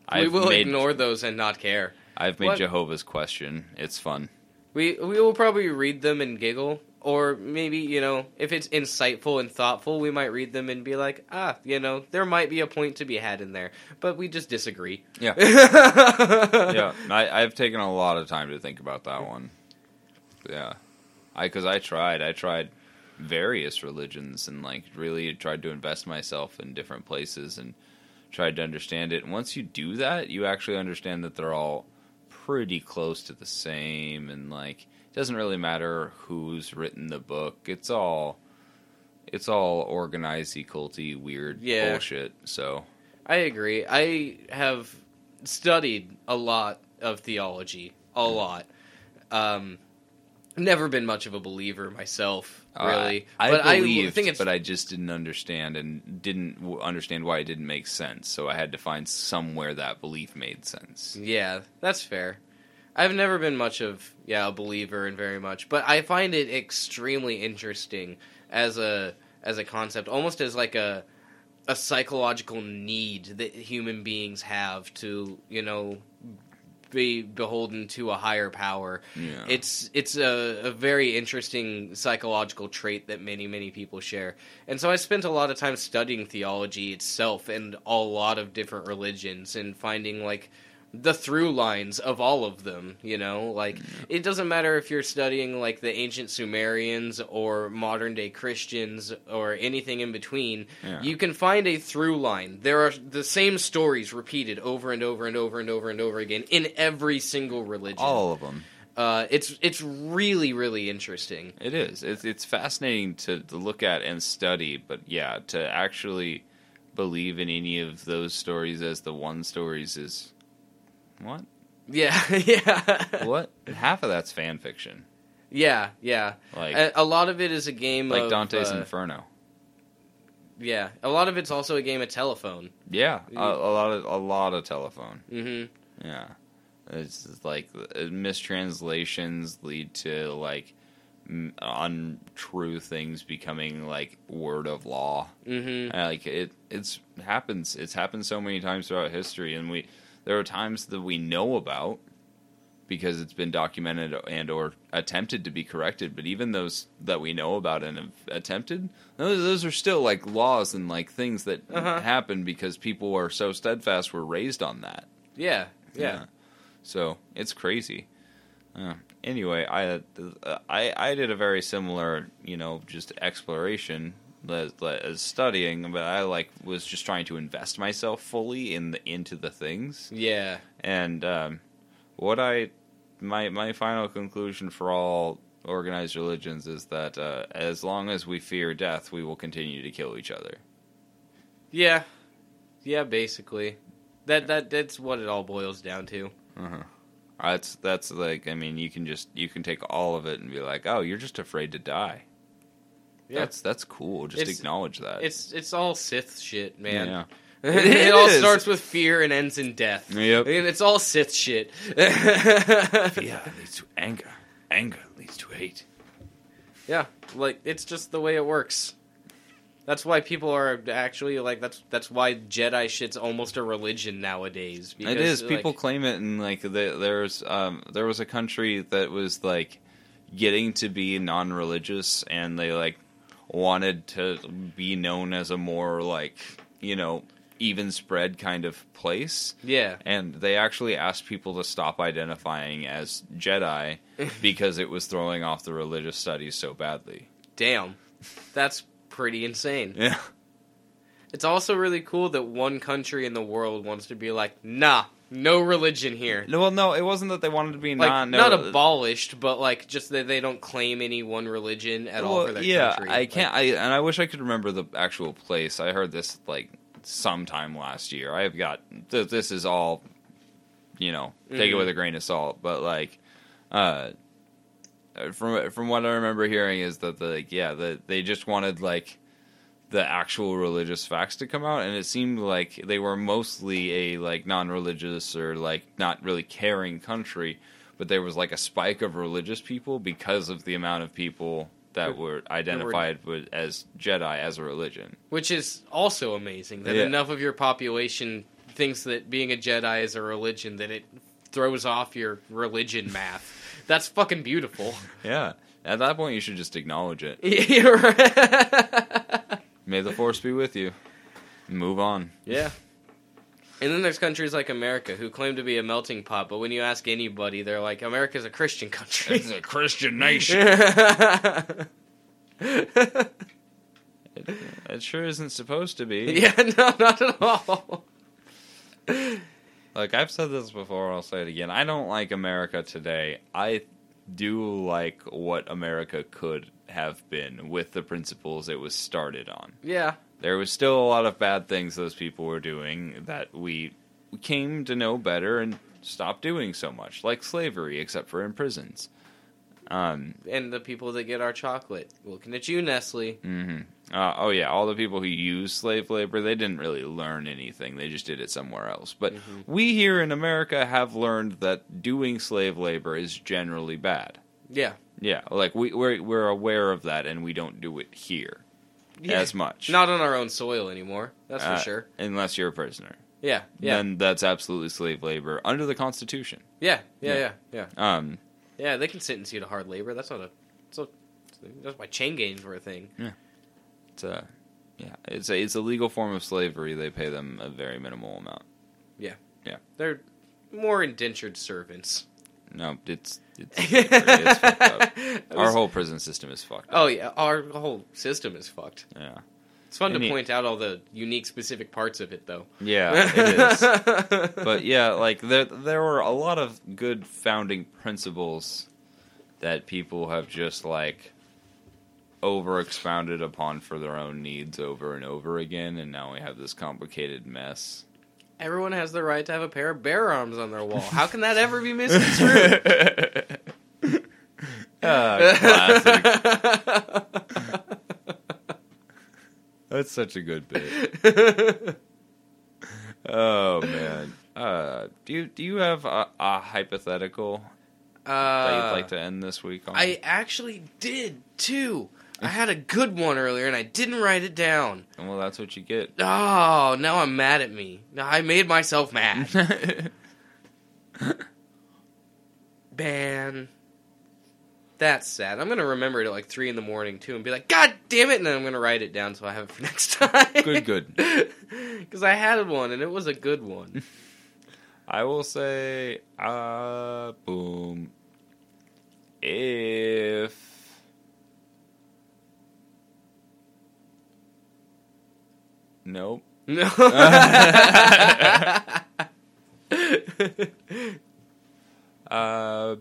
I've
we will
made,
ignore those and not care.
I've made
what-
Jehovah's question. It's fun.
We we will probably read them and giggle, or maybe you know, if it's insightful and thoughtful, we might read them and be like, ah, you know, there might be a point to be had in there, but we just disagree.
Yeah.
yeah,
yeah, I, I've taken a lot of time to think about that one. Yeah, I because I tried, I tried various religions and like really tried to invest myself in different places and tried to understand it. And once you do that, you actually understand that they're all pretty close to the same, and like it doesn't really matter who's written the book. It's all it's all organized, culty, weird
Yeah.
bullshit. So
I agree. I have studied a lot of theology, a
Mm-hmm.
lot. Um, never been much of a believer myself,
Uh,
really.
I,
but
believed,
I think it's
but I just didn't understand and didn't w- understand why it didn't make sense. So I had to find somewhere that belief made sense.
Yeah, that's fair. I've never been much of yeah a believer in very much, but I find it extremely interesting as a as a concept, almost as like a a psychological need that human beings have to you know be beholden to a higher power.
Yeah,
It's it's a, a very interesting psychological trait that many many people share, and so I spent a lot of time studying theology itself and a lot of different religions and finding like the through lines of all of them. You know, like it doesn't matter if you're studying like the ancient Sumerians or modern day Christians or anything in between.
Yeah.
You can find a through line. There are the same stories repeated over and over and over and over and over again in every single religion.
all of them.
Uh, it's it's really really interesting.
It is. It's it's fascinating to, to look at and study, but yeah, to actually believe in any of those stories as the one stories is what
Yeah, yeah,
what half of that's fan fiction.
yeah, yeah.
Like
A, a lot of it is a game
like
of,
Dante's
uh,
Inferno.
yeah, a lot of it's also a game of telephone.
Yeah, a, a lot of a lot of telephone.
hmm
Yeah. It's just like uh, mistranslations lead to like m- untrue things becoming like word of law.
hmm
Uh, Like it it's happens. It's happened so many times throughout history and we there are times that we know about because it's been documented and or attempted to be corrected, but even those that we know about and have attempted, those, those are still like laws and like things that
Uh-huh.
happen because people are so steadfast were raised on that.
Yeah, yeah,
So it's crazy. Uh, anyway, I, uh, I I did a very similar, you know, just exploration as, as studying, but I like was just trying to invest myself fully in the into the things.
yeah.
And um, what I my my final conclusion for all organized religions is that uh, as long as we fear death, we will continue to kill each other.
Yeah, yeah. Basically, that that that's what it all boils down to.
Uh-huh. That's that's like I mean you can just you can take all of it and be like oh you're just afraid to die.
Yeah.
That's that's cool. Just
It's-
acknowledge that.
It's it's all Sith shit, man.
Yeah.
it,
It
all
is.
starts with fear and ends in death.
Yep.
And it's all Sith shit.
leads to anger. Anger leads to hate.
Yeah, like it's just the way it works. That's why people are actually like that's that's why Jedi shit's almost a religion nowadays. Because,
it is.
like,
People claim it, and like the, there's um there was a country that was like getting to be non-religious, and they like wanted to be known as a more like you know even spread kind of place.
yeah,
and they actually asked people to stop identifying as Jedi because it was throwing off the religious studies so badly.
damn, that's pretty insane.
Yeah.
It's also really cool that one country in the world wants to be like, nah, no religion here.
No, well, no, it wasn't that they wanted to be
Like
non- no,
not abolished, but like just that they don't claim any one religion at all
well,
for their
yeah,
country.
I can't. I and I wish I could remember the actual place. I heard this like sometime last year. I've got th- this is all, you know, take it
Mhm.
with a grain of salt. But like, uh, from from what I remember hearing is that the like, yeah, the, they just wanted like the actual religious facts to come out, and it seemed like they were mostly a like non-religious or like not really caring country. But there was like a spike of religious people because of the amount of people that were identified with, as Jedi as a religion.
Which is also amazing that
Yeah.
enough of your population thinks that being a Jedi is a religion that it throws off your religion math. That's fucking beautiful.
Yeah. At that point, you should just acknowledge it.
yeah.
May the force be with you. Move on.
And then there's countries like America who claim to be a melting pot, but when you ask anybody, they're like, America's a Christian country.
a Christian nation.
yeah,
it, it sure isn't supposed to be.
no, not at all.
Like I've said this before, I'll say it again. I don't like America today. I do like what America could have been with the principles it was started on.
Yeah.
There was still a lot of bad things those people were doing that we came to know better and stopped doing so much, like slavery, except for in prisons. Um,
And the people that get our chocolate. Looking at you, Nestle.
hmm Uh, oh yeah, all the people who use slave labor, they didn't really learn anything. They just did it somewhere else. But
Mhm.
we here in America have learned that doing slave labor is generally bad.
Yeah.
Yeah, like we we're, we're aware of that, and we don't do it here as much.
Not on our own soil anymore. That's
Uh,
for sure.
unless you're a prisoner.
Yeah, yeah,
Then that's absolutely slave labor under the Constitution.
yeah, yeah,
yeah.
yeah, yeah,
Um,
yeah. They can sentence you to hard labor. That's not a. That's, a, that's why chain gangs were a thing.
it's a yeah, it's a it's a legal form of slavery. They pay them a very minimal amount.
They're more indentured servants.
No, it's it's, slavery. it's fucked up.
It
Our
was-
whole prison system is fucked.
oh yeah, our whole system is fucked.
Yeah.
It's fun
Any-
to point out all the unique, specific parts of it, though.
Yeah, it is.
but
But yeah, like there there were a lot of good founding principles that people have just like over expounded upon for their own needs over and over again and now we have this complicated mess.
everyone has the right to have a pair of bear arms on their wall. How can that ever be misconstrued?
Ah, classic.
Uh,
That's such a good bit. Oh man. Uh, do you do you have a, a hypothetical that you'd like to end this week on?
Uh, I actually did too. I had a good one earlier and I didn't write it down.
well, that's what you get.
Oh, now I'm mad at me. Now I made myself mad. Man. That's sad. I'm gonna remember it at like three in the morning too, and be like, "God damn it!" And then I'm gonna write it down so I have it for next time.
good, good.
Because I had one and it was a good one.
I will say, uh, boom. If nope,
No.
uh,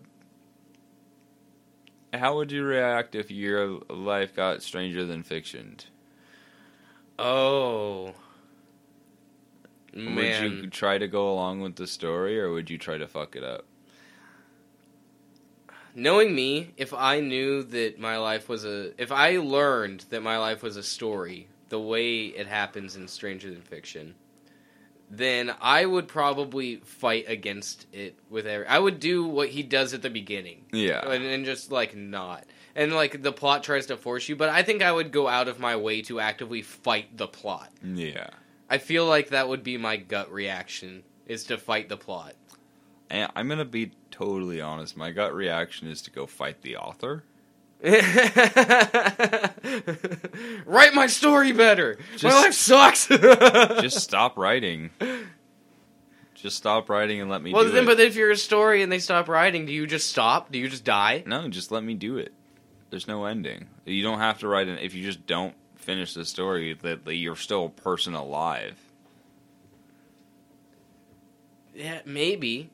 how would you react if your life got stranger than fictioned?
oh. Man.
Would you try to go along with the story, or would you try to fuck it up?
knowing me, if I knew that my life was a, if I learned that my life was a story, the way it happens in Stranger Than Fiction, then I would probably fight against it with every. I would do what he does at the beginning,
Yeah,
and, and just like not, and like the plot tries to force you. But I think I would go out of my way to actively fight the plot.
yeah.
I feel like that would be my gut reaction is to fight the plot.
And I'm gonna be totally honest. My gut reaction is to go fight the author.
Write my story better. my
Just-
life sucks.
Just stop writing. Just stop writing and let me.
well,
do
then,
it.
but if you're a story and they stop writing, do you just stop? Do you just die?
no, just let me do it. There's no ending. You don't have to write an. If you just don't finish the story, that that you're still a person alive.
Yeah, maybe.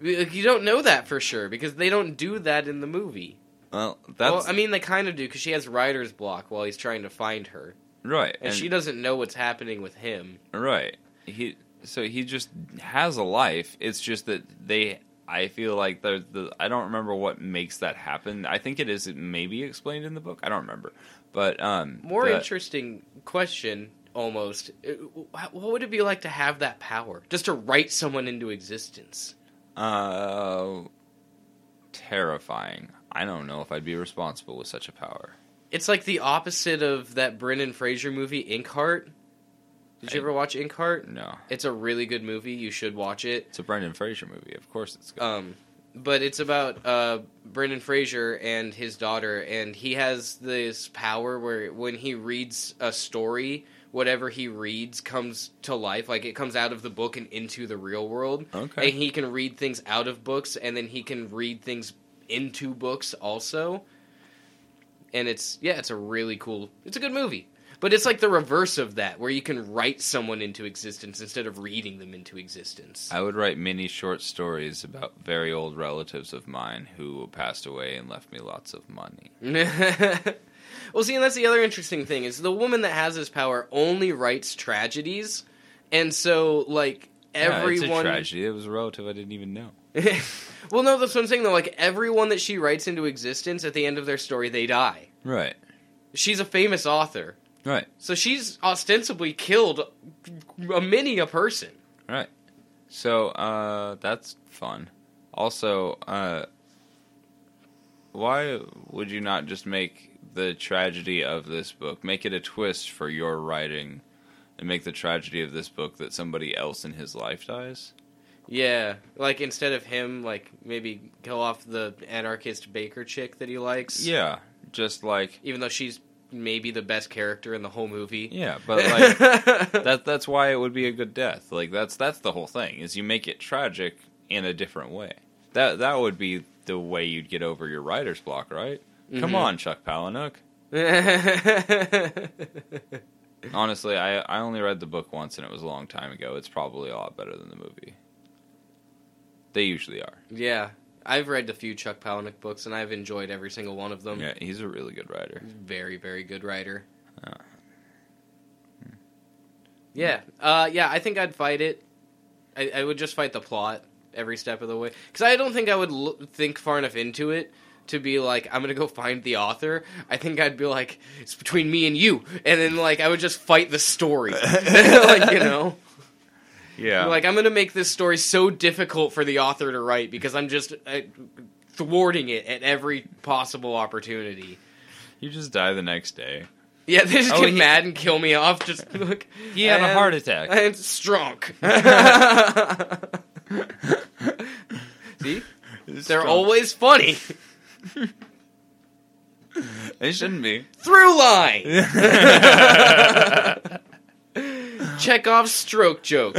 Like, You don't know that for sure because they don't do that in the movie.
Well, that's
Well, I mean, they kind of do because she has writer's block while he's trying to find her.
Right.
and she doesn't know what's happening with him.
Right. He so he just has a life. It's just that they. I feel like the, the I don't remember what makes that happen. I think it is maybe explained in the book. I don't remember, but um,
More
the-
interesting question, almost. Uh, wh- What would it be like to have that power, just to write someone into existence?
uh, terrifying. I don't know if I'd be responsible with such a power.
It's like the opposite of that Brendan Fraser movie, Inkheart. Did you
I-
ever watch Inkheart?
No,
It's a really good movie. You should watch it.
it's a Brendan Fraser movie. Of course, it's good.
Um, but it's about uh, Brendan Fraser and his daughter, and he has this power where when he reads a story, whatever he reads comes to life. Like it comes out of the book and into the real world.
Uh, Okay.
And he can read things out of books, and then he can read things into books also. And it's yeah, it's a really cool. It's a good movie. But it's like the reverse of that, where you can write someone into existence instead of reading them into existence.
I would write many short stories about very old relatives of mine who passed away and left me lots of money.
well, see, and that's the other interesting thing is the woman that has this power only writes tragedies, and so like
yeah, it's a
everyone.
tragedy. It was a relative I didn't even know.
well, no, that's what I'm saying though. Like everyone that she writes into existence, at the end of their story, they die.
Right.
She's a famous author,
Right.
so she's ostensibly killed a many a person.
Right. So uh, that's fun. Also, uh, why would you not just make the tragedy of this book make it a twist for your writing, and make the tragedy of this book that somebody else in his life dies?
Yeah, like instead of him, like maybe kill off the anarchist baker chick that he likes.
Yeah, just like
even though she's maybe the best character in the whole movie.
yeah, but like. that that's why it would be a good death. Like that's that's the whole thing is you make it tragic in a different way. That that would be the way you'd get over your writer's block, right? Come
Mhm.
on, Chuck Palahniuk. Honestly, I I only read the book once and it was a long time ago. It's probably a lot better than the movie. They usually are.
yeah, I've read a few Chuck Palahniuk books, and I've enjoyed every single one of them.
Yeah, he's a really good writer.
Very, very good writer.
Ah.
Uh, Yeah, uh, yeah. I think I'd fight it. I, I would just fight the plot every step of the way because I don't think I would l- think far enough into it to be like I'm gonna go find the author. I think I'd be like it's between me and you, and then like I would just fight the story, like you know.
Yeah.
Like, I'm going to make this story so difficult for the author to write because I'm just uh, thwarting it at every possible opportunity.
you just die the next day.
Yeah, they just
Oh,
get
he-
mad and kill me off. Just look.
He had a heart
and-
attack.
and strong. See? They're always funny.
They shouldn't be.
Through line. Check off stroke joke.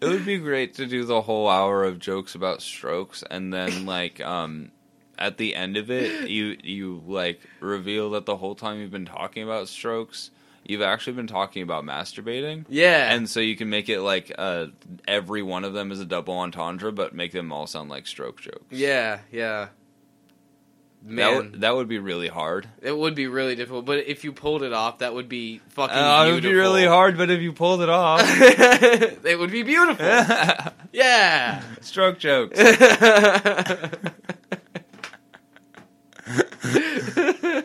It would be great to do the whole hour of jokes about strokes and then like um at the end of it you you like reveal that the whole time you've been talking about strokes you've actually been talking about masturbating.
Yeah.
And so you can make it like uh every one of them is a double entendre but make them all sound like stroke jokes.
yeah, yeah.
That
Man.
would, that would be really hard.
It would be really difficult, but if you pulled it off, that would be fucking.
Uh, it would be really
beautiful.
hard, but if you pulled it off,
it would be beautiful. yeah.
stroke jokes.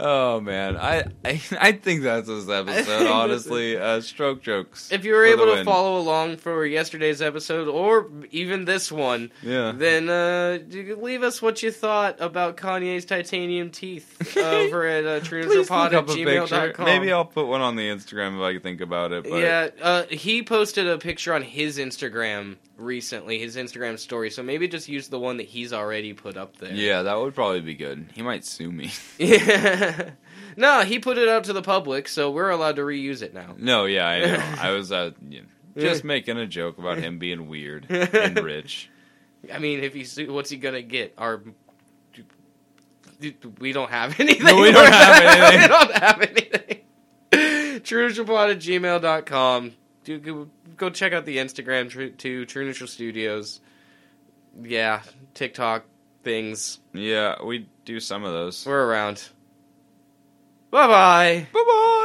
Oh man, I, I I think that's this episode. Honestly, uh, stroke jokes.
if you
for
were
the
able to
win.
follow along for yesterday's episode or even this one,
yeah,
then uh, you could leave us what you thought about Kanye's titanium teeth over at uh,
please
trueanderpod
look
at
up a picture.
gmail.com.
Maybe I'll put one on the Instagram if I can think about it. But
Yeah, uh, he posted a picture on his Instagram recently, his Instagram story. So maybe just use the one that he's already put up there.
yeah, that would probably be good. He might sue me.
Yeah. no, he put it out to the public, so we're allowed to reuse it now.
no, yeah, I know. I was uh, you know, just making a joke about him being weird and rich.
I mean, if he's what's he gonna get? Our we don't have anything.
No, we don't have anything.
we don't have anything. TrueJabot at gmail.com. do go- go check out the Instagram tr- to True Neutral Studios. Yeah, TikTok things.
Yeah, we do some of those.
We're around. Bye bye.
Bye bye.